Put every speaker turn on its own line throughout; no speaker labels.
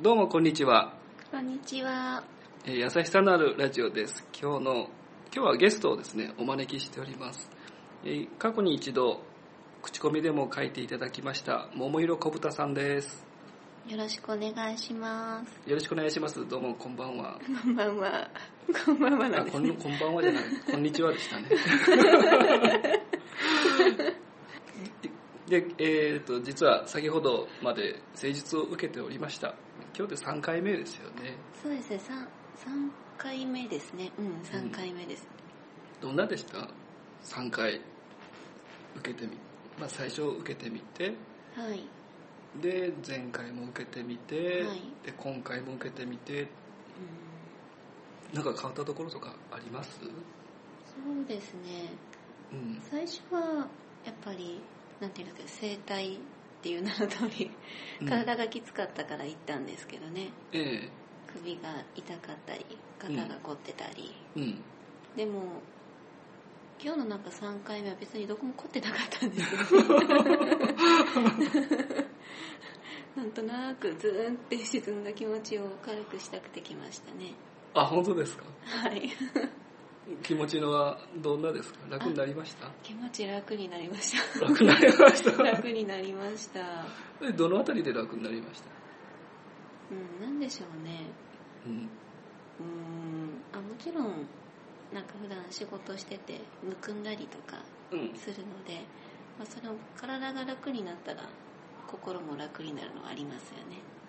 どうもこんにちは、
こんにちは。
えー、優しさのあるラジオです今日の今日はゲストをですねお招きしております、えー過去に一度口コミでも書いていただきました桃色小豚さんです
よろしくお願いします。
よろしくお願いしますどうもこんばんは
こんばんは。こんばんはな
あ
んで
こ
す
ん
ね。
こんばんはじゃないこんにちはで したねで、えー、と実は先ほどまで誠実を受けておりました今日で3回目ですよね
そうですね、三三回目ですね。うん、三回目です。
どんなでした3回受けてみ、まあ、最初受けてみて
はい。
で前回も受けてみて、
はい
で今回も受けてみて
う
なんか変わったところとかあります
んそうですね。
うん
最初は、やっぱり、なんていうんですか、整体っていう名の通り、
うん
体がきつかったから行ったんですけどね。
え
首が痛かったり、肩が凝ってたり。
えうん
でも、今日のなんか3回目は別にどこも凝ってなかったんですよ。なんとなくズーンって沈んだ気持ちを軽くしたくてきましたね。
あ本当ですか
はい。
気持ちのはどんなですか楽になりました
気持ち楽になりまし。
楽になりました た
楽になりました。
えどのあたりで楽になりました
うん、なんでしょうね。
うん
うーん、あ、もちろん、なんか普段仕事しててむくんだりとか
うん
するので、まあ、その体が楽になったら心も楽になるのはありますよ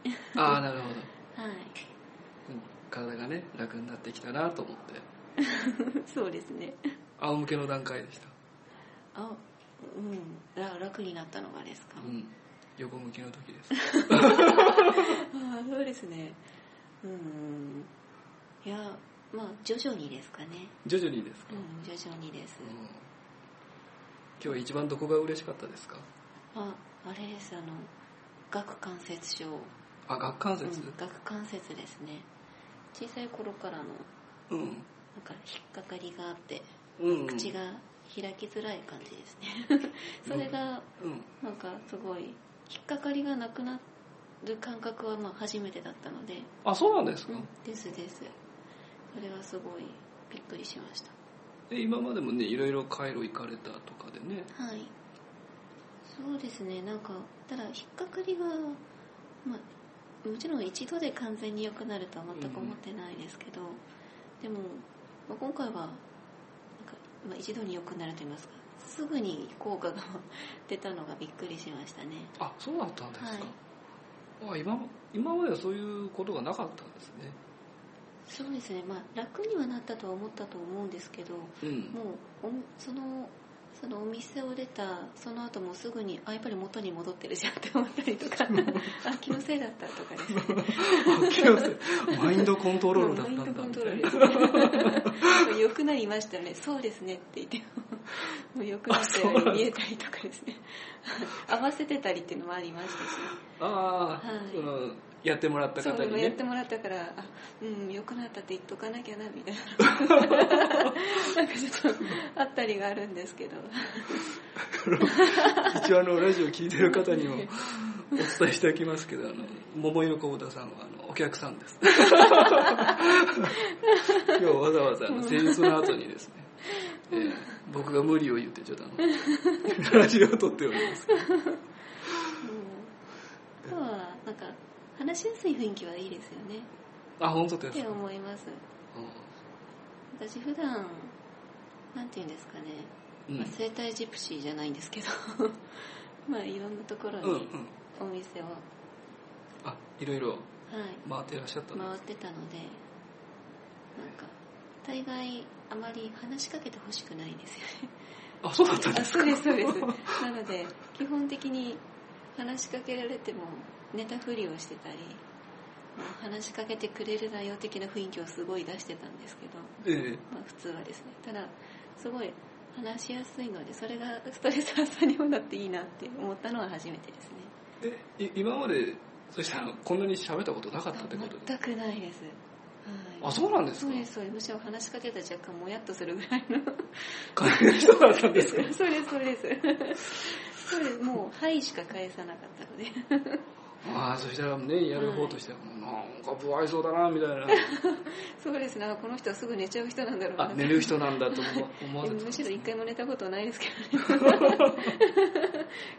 ね。
ああなるほど
はい。
うん体がね楽になってきたなと思って
そうですね。
仰向けの段階でした
あ、うん、ら楽になったのがですか。
うん横向きの時です
ああそうですねうんいやまあ徐々にですかね
徐々にですか、
うん徐々にです
うん今日一番どこが嬉しかったですか
ああれですあの顎関節症、
あ顎関
うん、
節
顎関節ですね小さい頃からのな
う
ん
ん、
か引っかかりがあって
うん、
口が開きづらい感じです ねそれが
うん
なんかすごい引っかかりがなくなる感覚はまあ初めてだったので、
あそうなんです
う
か、
ん、ですですそれはすごいびっくりしました
で今までもねいろいろカイロ行かれたとかでね
はい。そうですね、なんか、ただ、引っかかりが、まあ、もちろん一度で完全に良くなるとは全く思ってないですけど、でも、まあ、今回は、なんか、まあ、一度に良くなると言いますか、すぐに効果が 出たのがびっくりしましたね。
あそうだったんですか、あ今も今まではそういうことがなかったんですね
そうですね、まあ、楽にはなったとは思ったと思うんですけど、
うん
もうおそのそのお店を出たその後もすぐにあやっぱり元に戻ってるじゃんって思ったりとかあ気のせいだったとかですね
あ気のせいマインドコントロールだっ
マ
た
イ
んだ
ンド
み
コントロ
た
ー
い
ル
な
ですね良くなりましたねそうですねって言ってももう良くなったように見えたりとかですね合わせてたりっていうのもありましたし
ああ、
はい
うん、やってもらった
そう
方
で
に
もやっ
ね
てもらったからあうん良くなったって言っとかなきゃなみたい ななんかちょっとあったりがあるんですけど
一応あのラジオ聞いてる方にもお伝えしておきますけどあの桃色小田さんはあのお客さんです 今日わざわざあの前日の後にですね、えー僕が無理を言ってちょっとあのラジオを撮っておりますけど
今日はなんか話しやすい雰囲気はいいですよね
あ本当
っ
です
て
か、
思います私普段なんて言うんですかね、
うんうん
まあ、生体ジプシーじゃないんですけど まあいろんなところ
うんう
に
ん
お店を、
あいろいろ
はい、
回っていらっしゃったんです
回ってたのでなんか大概あまり話しかけてほしくないんですよね
あそうだったんで
あ
す
そうですそ うですなので基本的に話しかけられても寝たふりをしてたりもう話しかけてくれるなよ的な雰囲気をすごい出してたんですけど
え
まあ、普通はですねただすごい話しやすいのでそれがストレス発散にもなっていいなって思ったのは初めてですね
ええい今までそしたらこんなに喋ったことなかったってことです
全くないです、はい、
あそうなんです
そ
か
うですそうですむしろ話しかけたら若干もやっとするぐらいの
感じの人だったんです
そうですそうですそうですもう「はい」しか返さなかったので
まあそしたらねやる方としては、なんか不愛想だなみたいな
そうですねあこの人はすぐ寝ちゃう人なんだろうな
あ寝る人なんだと思思わ
え
れて
む
た
しろ一回も寝たことはないですけどね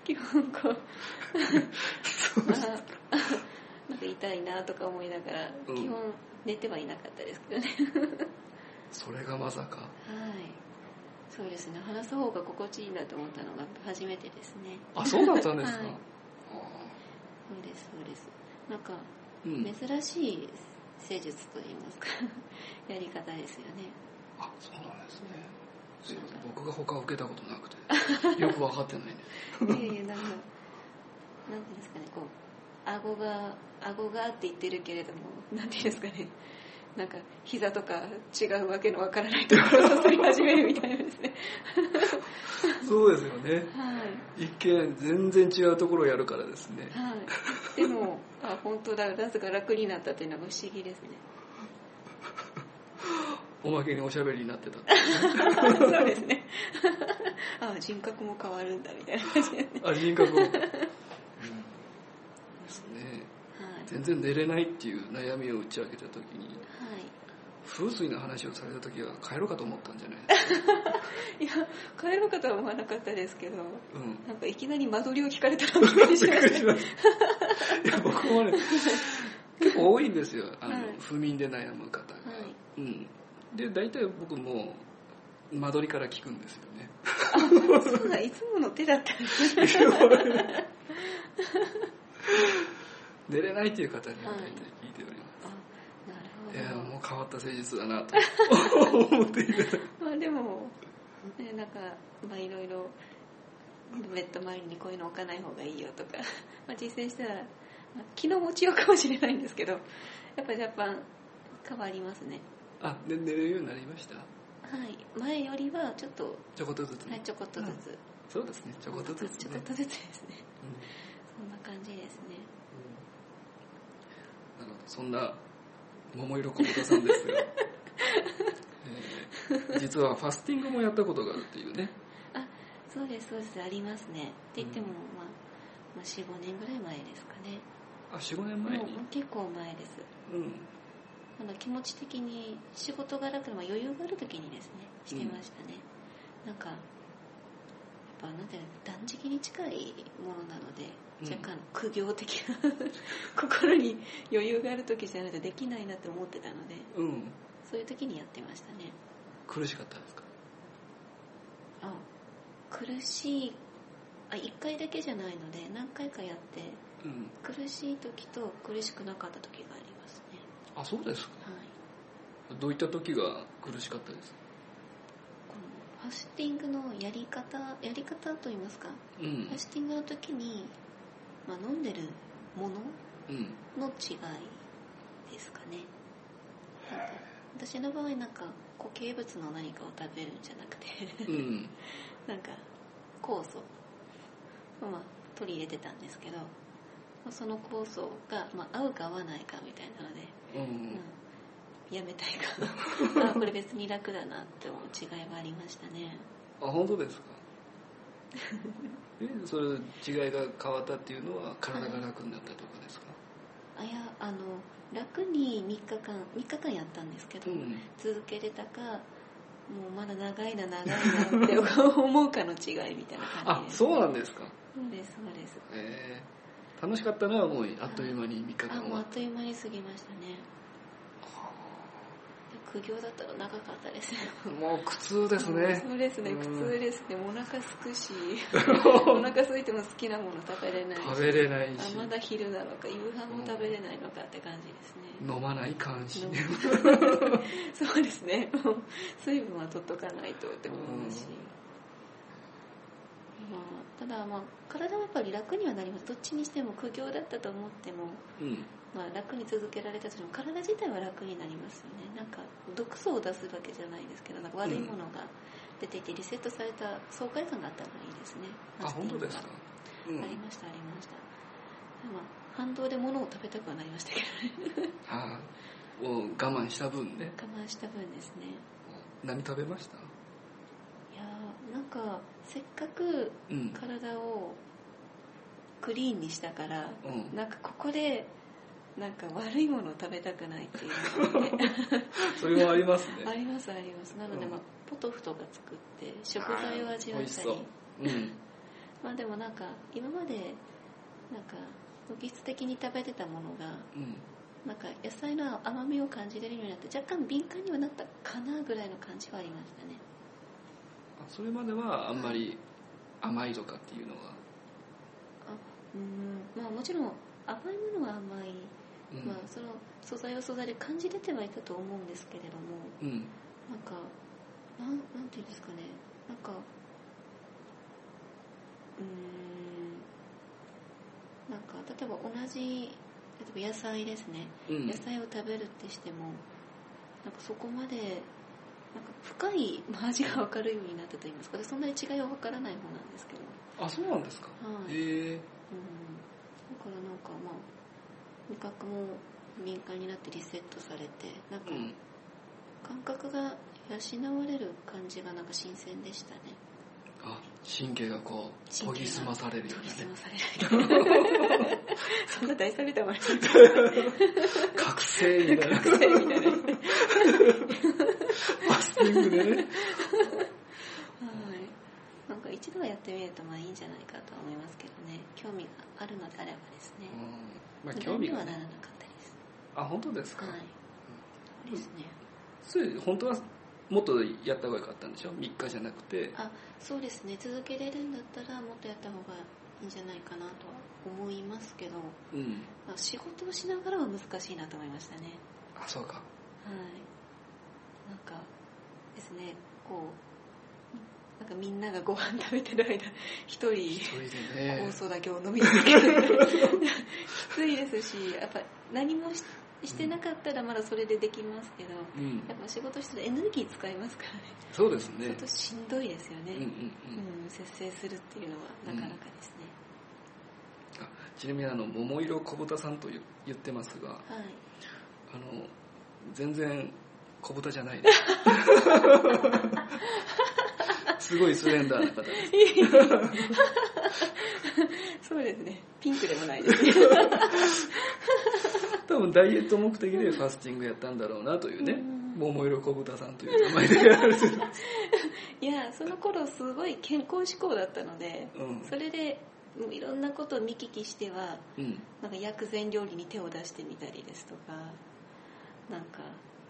基本こう
そう
あーなんか痛いなとか思いながら、
うん
基本寝てはいなかったですけどね
それがまさか
はいそうですね話す方が心地いいなと思ったのが初めてですね
あそうだったんですか、
はい
あ
そうですそうですなんか
ーうん、
珍しい施術といいますか やり方ですよね
あそうなんですねすいません僕が他を受けたことなくてよく分かってないね
いやいやなんかなんていうんですかねこう顎が顎がって言ってるけれどもなんていうんですかねなんか膝とか違うわけのわからないところを擦り始めるみたいなですね
そうですよね
はい
一見全然違うところをやるからですね
はい、でもあ本当だダンスが楽になったっていうのが不思議ですね
おまけにおしゃべりになってた
そうですねあ人格も変わるんだみたいな感じで、はい、
あ人格を、うん、ですね
はい
全然寝れないっていう悩みを打ち明けた時に風水の話をされた時は帰ろうかと思ったんじゃ ないですか、
いや帰ろうかとは思わなかったですけど
うん、
なんかいきなり間取りを聞かれたらびっくりしました
いや僕も ね結構多いんですよあの、
はい
不眠で悩む方が、
はい
うんで大体僕もう間取りから聞くんですよ ね
そうだいつもの手だったんですね
寝れないっていう方には大体
はい
聞いております、
あ
い
な
や
るほ
もう変わった施術だなと思っていて
どまあでも、ね、なんかまあいろいろベッド周りにこういうの置かない方がいいよとか、 まあ、実践したら、まあ、気の持ちようかもしれないんですけどや っぱ若干変わりますね
あで寝れるようになりました
はい前よりはちょっと、
ちょこっとずつね、
はい、ちょこっとずつ
そうですねちょこっとずつ
ちょこ
ね
っとずつですね
うん
そんな感じですね
なるほどそんな桃色小豚さん ですが、えー実はファスティングもやったことがあるっていうね
そうですそうですありますねって言っても、
うん
まあ、まあ45年ぐらい前ですかね
あ45年前に
もうもう結構前です
うん
なんか気持ち的に仕事が楽で、まあ、余裕がある時にですねしてましたね、なんかやっぱなんていうの断食に近いものなので
うん
若干苦行的な、 心に余裕がある時じゃないとできないなって思ってたので
うん
そういう時にやってましたね
苦しかったですか
あ苦しいあ1回だけじゃないので何回かやって
うん
苦しい時と苦しくなかった時がありますね
あそうですか
はい
どういった時が苦しかったですか
このファスティングのやり方やり方といいますか
うん
ファスティングの時に、まあ、飲んでるもの
うん
の違いですかねなんか私の場合なんか固形物の何かを食べるんじゃなくて
うん
なんか酵素を、まあ、取り入れてたんですけどまあその酵素が、まあ、合うか合わないかみたいなので、
うん
うん、やめたい かあこれ別に楽だなって思う違いはありましたね
あ本当 ですかえそれ違いが変わったっていうのは体が楽になったとかですか、
あいやあの楽に3日間3日間やったんですけど、
うん
続けれたかもうまだ長いな 長いなって思うかの違いみたいな
あ
感じです
そうなんですか
そうですそうです
えー楽しかったのはもうあっという間に3日間
あ
終
もう
わ
あ
っ
っという間に過ぎましたね苦行だったら長かったです
たもう苦痛ですね
そうですね
うん
苦痛ですねお腹す くしお腹すいても好きなもの食べれないし
食べれない
あ
し
まだ昼なのか夕飯も食べれないのかって感じですね、
飲まないかんしね
そうですね。もう水分は取っとかないとって思うし。まあ、ただまあ、体はやっぱり楽にはなります。どっちにしても苦行だったと思っても、
うん
まあ楽に続けられたとしても、体自体は楽になりますよね。なんか、毒素を出すわけじゃないですけど、なんか悪いものが出ていてリセットされた爽快感があったのがいいですね。
あ本当ですか
ファスティング
う
が
ん
ありました、ありました。まあ、反動で物を食べたくはなりましたけどね。
はいもう我慢した分ね
我慢した分ですね。
何食べました
いやーなんかせっかく
うん
体をクリーンにしたから、
うん
なんかここでなんか悪いものを食べたくないっていうのが ね
それはありますね
ありますありますなので、
うん
まあ、ポトフとか作って食材を味わ
美
っ
味したそう
り、
うん、
まあでもなんか今までなんか無機質的に食べてたものが
うん、
なんか野菜の甘みを感じれるようになって若干敏感にはなったかなぐらいの感じはありましたね
あそれまではあんまり甘いとかっていうのは、
うんまあもちろん甘いものは甘い、
うん
まあその素材は素材で感じ出てはいたと思うんですけれども
うん
なんかなんなんていうんですかねなんかうーんなんか例えば同じ例えば野菜ですね、
うん
野菜を食べるってしてもなんかそこまでなんか深いまあ味が分かるようになったと言いますかそんなに違いは分からない方なんですけど、
あそうなんですか
はい
へえ
うん、だからなんかまあ味覚も敏感になってリセットされてなんか
うん
感覚が養われる感じがなんか新鮮でしたね
あ神経がこう研ぎ澄まされるよ
研
う
ぎ
なね
澄まさ れるようなそんな大それたまに
覚醒みたいな
学生みたいなはい
ファスティングでね
なんか一度はやってみるとまあいいんじゃないかとは思いますけどね興味があるのであればですね
うん、まあ興味が
無駄にはなら
ね
なかったです
あ本当ですか、
はいそうですね
それ本当はもっとやった方が良かったんでしょ3日じゃなくて
あそうですね続けれるんだったらもっとやった方がいいんじゃないかなとは思いますけど、
うん
まあ、仕事をしながらは難しいなと思いましたね
あそうか
はいなんかですねこうなんかみんながご飯食べてる間一人
それで
酵
ね
素だけを飲み続けるきついですしやっぱ何もししてなかったらまだそれでできますけど
うん
やっぱ仕事してるとエネルギー使いますからね
そうです
ちょ
ね
っとしんどいですよね、
うんうんうん、
うん、節制するっていうのはなかなかですね、
あちなみにあの桃色小豚さんと言言ってますが
はい
あの全然小豚じゃ ないですすごいスレンダーな方です
そうですねピンクでもないですね
多分ダイエット目的でファスティングやったんだろうなというね
うん
桃色小豚さんという名前でやられてる、
いやその頃すごい健康志向だったので
うん
それでうんいろんなことを見聞きしては
うん、
なんか薬膳料理に手を出してみたりですとかなんか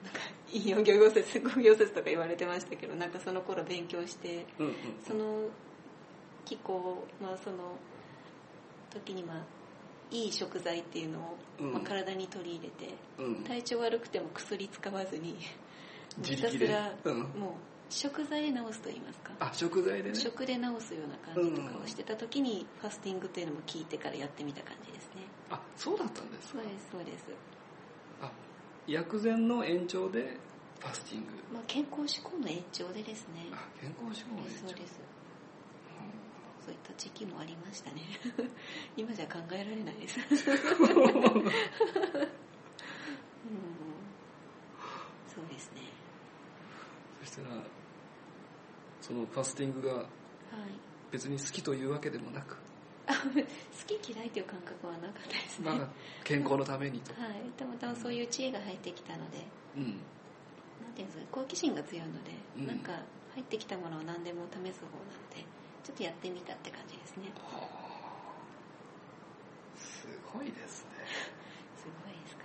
なんか陰陽魚行 説五行説とか言われてましたけどなんかその頃勉強して
うんうん
その気候、まあ、その時にまあいい食材っていうのを、
うん
まあ、体に取り入れて
うん
体調悪くても薬使わずに
自
ひた
力
す
で
ら、
うん
もう食材で治すと言いますか
あ食材でね
食で治すような感じとかをしてた時にファスティングというのも聞いてからやってみた感じですね
あそうだったんですか
そうですそうです、
あ薬膳の延長でファスティング
まあ、健康志向の延長でですね
あ健康志向の延
そう
長
ですそういった時期もありましたね 今じゃ考えられないですうんそうですね
そしたらそのファスティングが
はい
別に好きというわけでもな く、
あ好き嫌いという感覚はなかったですね、
まあ、健康のためにと、
はいたまたまそういう知恵が入ってきたので
うん、
なんていうんですか好奇心が強いので、
うん
なんか入ってきたものを何でも試す方なのでちょっとやってみたって感じですね
すごいです
すごいですか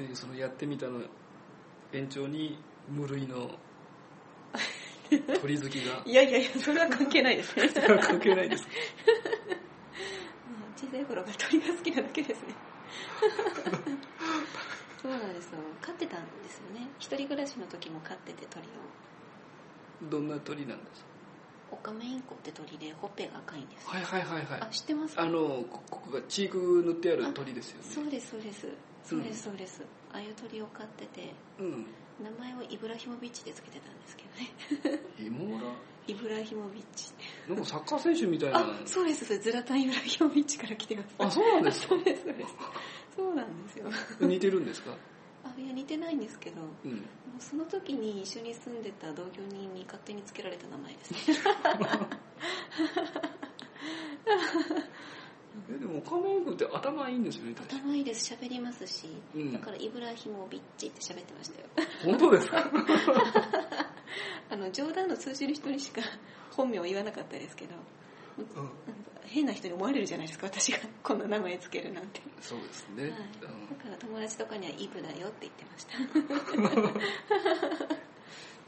ね
ねでそのやってみたの延長に無類の鳥好き が
いやいやいやそれは関係ないです ね
関係ないですか
小さい頃が鳥が好きなだけです ねそうなんですよ飼ってたんですよね一人暮らしの時も飼ってて鳥を
どんな鳥なんです
オカメインコって鳥でほっぺが赤いんです、
かはいはいはいはい
あ知ってます
あのこここがチーク塗ってある鳥ですよね
そうですそうですそうですそうです、ああいう鳥を飼ってて
うん
名前をイブラヒモビッチでつけてたんですけどね
イモラ
イブラヒモビッチ
なんかサッカー選手みたいな
あそうですそれズラタンイブラヒモビッチから来てます
あそうなんですか
そうですそうですそうなんですよ
似てるんですか
あいや似てないんですけども
うん
うその時に一緒に住んでた同居人に勝手につけられた名 前ですね
えでもも岡本君って頭いいんですよね確か
頭いいです喋りますし、
うん
だからイブラヒモビッチって喋ってましたよ
本当ですか
あの冗談の通じる人にしか本名を言わなかったですけど
うん
なんか変な人に思われるじゃないですか私が こんな名前つけるなんて、
そうです
は
ね、
い、だから友達とかにはイブだよって言ってました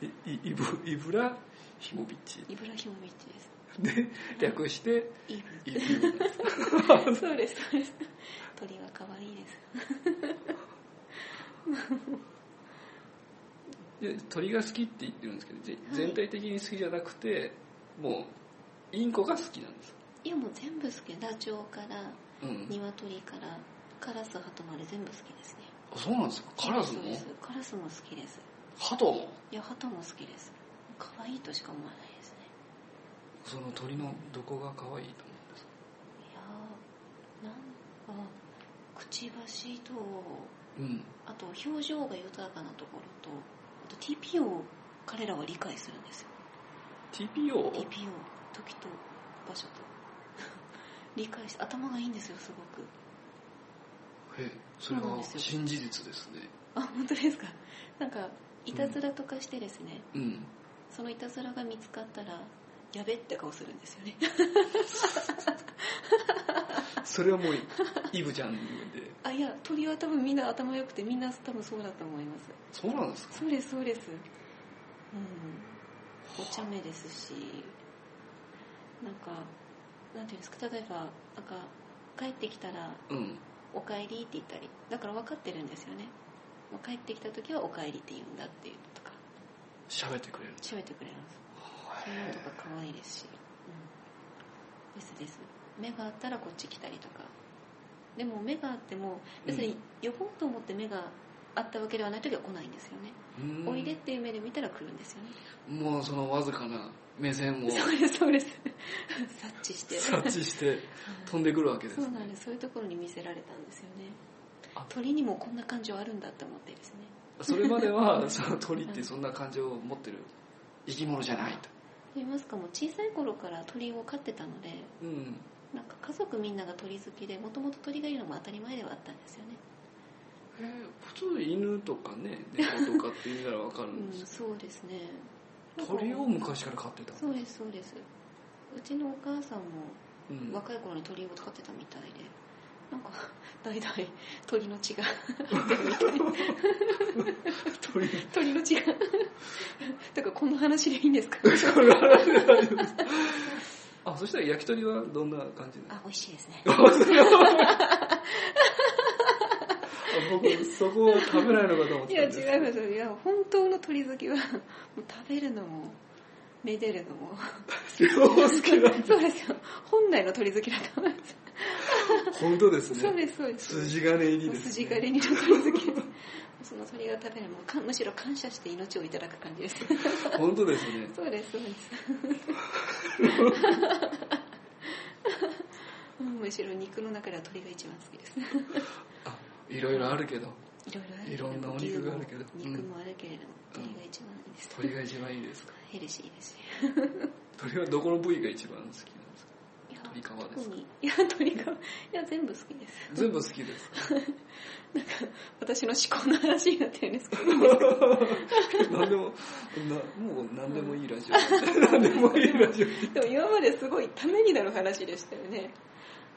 うん、いいイブイブラヒモビッチ
イブラヒモビッチです
で略して
イ
イブ
ブ
なんです
そうですそうです鳥は可愛いです
で鳥が好きって言ってるんですけどぜ
い
全体的に好きじゃなくてもうインコが好きなんです、
いやもう全部好きダチョウから
うん、
鶏からカラスハトまで全部好きですね
あそうなんですかカラスも
そうですカラスも好きです
ハトも
いやハトも好きです可愛いとしか思わないですね
その鳥のどこが可愛いと思うんですか
いやーなんかくちばしと
うん
あと表情が豊かなところとあと TPO を彼らは理解するんですよ
TPO?
TPO 時と場所と 理解して頭がいいんですよすごく
へえそれ
そうな
は
んですよ
新事実ですね
あ本当ですかなんかいたずらとかしてですね、
うん
そのいたずらが見つかったらやべって顔するんですよね
それはもうイブちゃんで
あいや鳥は多分みんな頭良くてみんな多分そうだと思います
そうなんですか
そうですそうですうんお茶目ですしなんかなんていうんですか例えばなんか帰ってきたら
うん
「おかえり」って言ったりだから分かってるんですよねもう帰ってきた時は「おかえり」って言うんだっていうのとか
喋ってくれる
喋ってくれますそういうの
へ
とか可愛いですし、うん、ですです目があったらこっち来たりとかでも目があっても別に呼ぼうと思って目があったわけではない時は来ないんですよね、
えうん
おいでっていう目で見たら来るんですよね、
もうそのわずかな目線を
そうですそうです察知して
察知して飛んでくるわけです
そう
ね
なんですそういうところに見せられたんですよね
あ
鳥にもこんな感情あるんだって思ってですね
それまで はその鳥ってそんな感情を持ってる生き物じゃないと
と言いますかもう小さい頃から鳥を飼ってたので
うん
なんか家族みんなが鳥好きでもともと鳥がいるのも当たり前ではあったんですよね
えー普通犬とかね猫とかって言うならわかるんで
うん、
す
そうですね
けど鳥を昔から飼ってた
そうですそうですうちのお母さん
うん
も若い頃に鳥を飼ってたみたいでなんか 代々鳥の血が
鳥
鳥の血がだからこの話でいいんですか
あそしたら焼き鳥はどんな感じなの
あ美味しいですね
僕そこを食べないのかと思っ
い
て
や
たんです
違いますいや本当の鳥好きはもう食べるのもめでるのも
両方好きなんだ
そうですよ本来の鳥好きだと思います
本当です
そう
ね
ですそうです
筋金入り
もう
です、ね、
筋金にの鳥好きですその鳥が食べるのもかむしろ感謝して命をいただく感 じです
本当ですね
そうですそうです うんむしろ肉の中では鳥が一番好きです
あいろいろあるけど
いろいろある
い
けど
ろんなお肉があるけど
牛も肉もあるけれども、
うん
鳥が一番いいです、
鳥が一番いいですか
ヘルシーですし
鳥はどこの部位が一番好きなんですか
いや
鳥皮ですか
特にいや鳥皮いや全部好きです
全部好きです
なんか私の思考の話になってるんですけ ど
何でもなもう何でもいいラジオ何でもいいラジオ
でも今まですごいためになる話でしたよね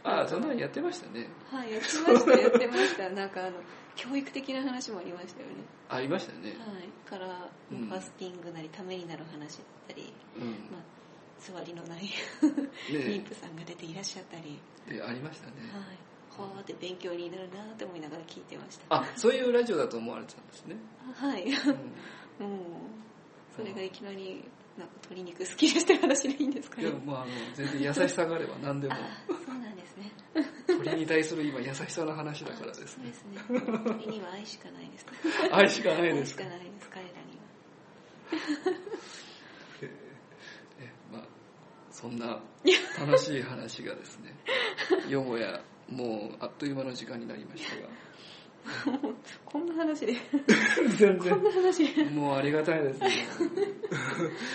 あそんなのやってましたね
はい、やってました、やってました。なんかあの、教育的な話もありましたよね。
ありましたね
はい。から、まあ
う
フ
ん
ァスティングなり、ためになる話だったり、
うん
まあ、座りのない
ね
妊婦さんが出ていらっしゃったり、
でありましたね
はい。ほーって勉強になるなって思いながら聞いてました。
あそういうラジオだと思われてたんですね、
はい。
うん
もう、それがいきなり、なんか鶏肉好きですって話でいいんですか
い
ね
や。まああの全然優しさがあれば何でも
あそうなんですね。
鳥に対する今優しさの話だからです
そう
ね
ですね。鳥には愛しかないです。
愛しかないで
愛
す
し
か
からないです、彼らには。
えまあそんな楽しい話がです ねよもやもうあっという間の時間になりましたが
こんな話で、
全
こんな話で。
然もうありがたいです ね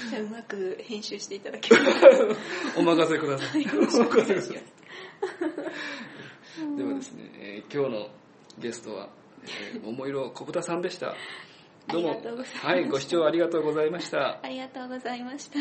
じゃあうまく編集していただけます
お任せください
よろしくお願いします。
ではですね、えー今日のゲストは、えー、桃色小豚さんでした。どう
あ
も
りがとうございまし、た
はい、ご視聴ありがとうございました。
ありがとうございました。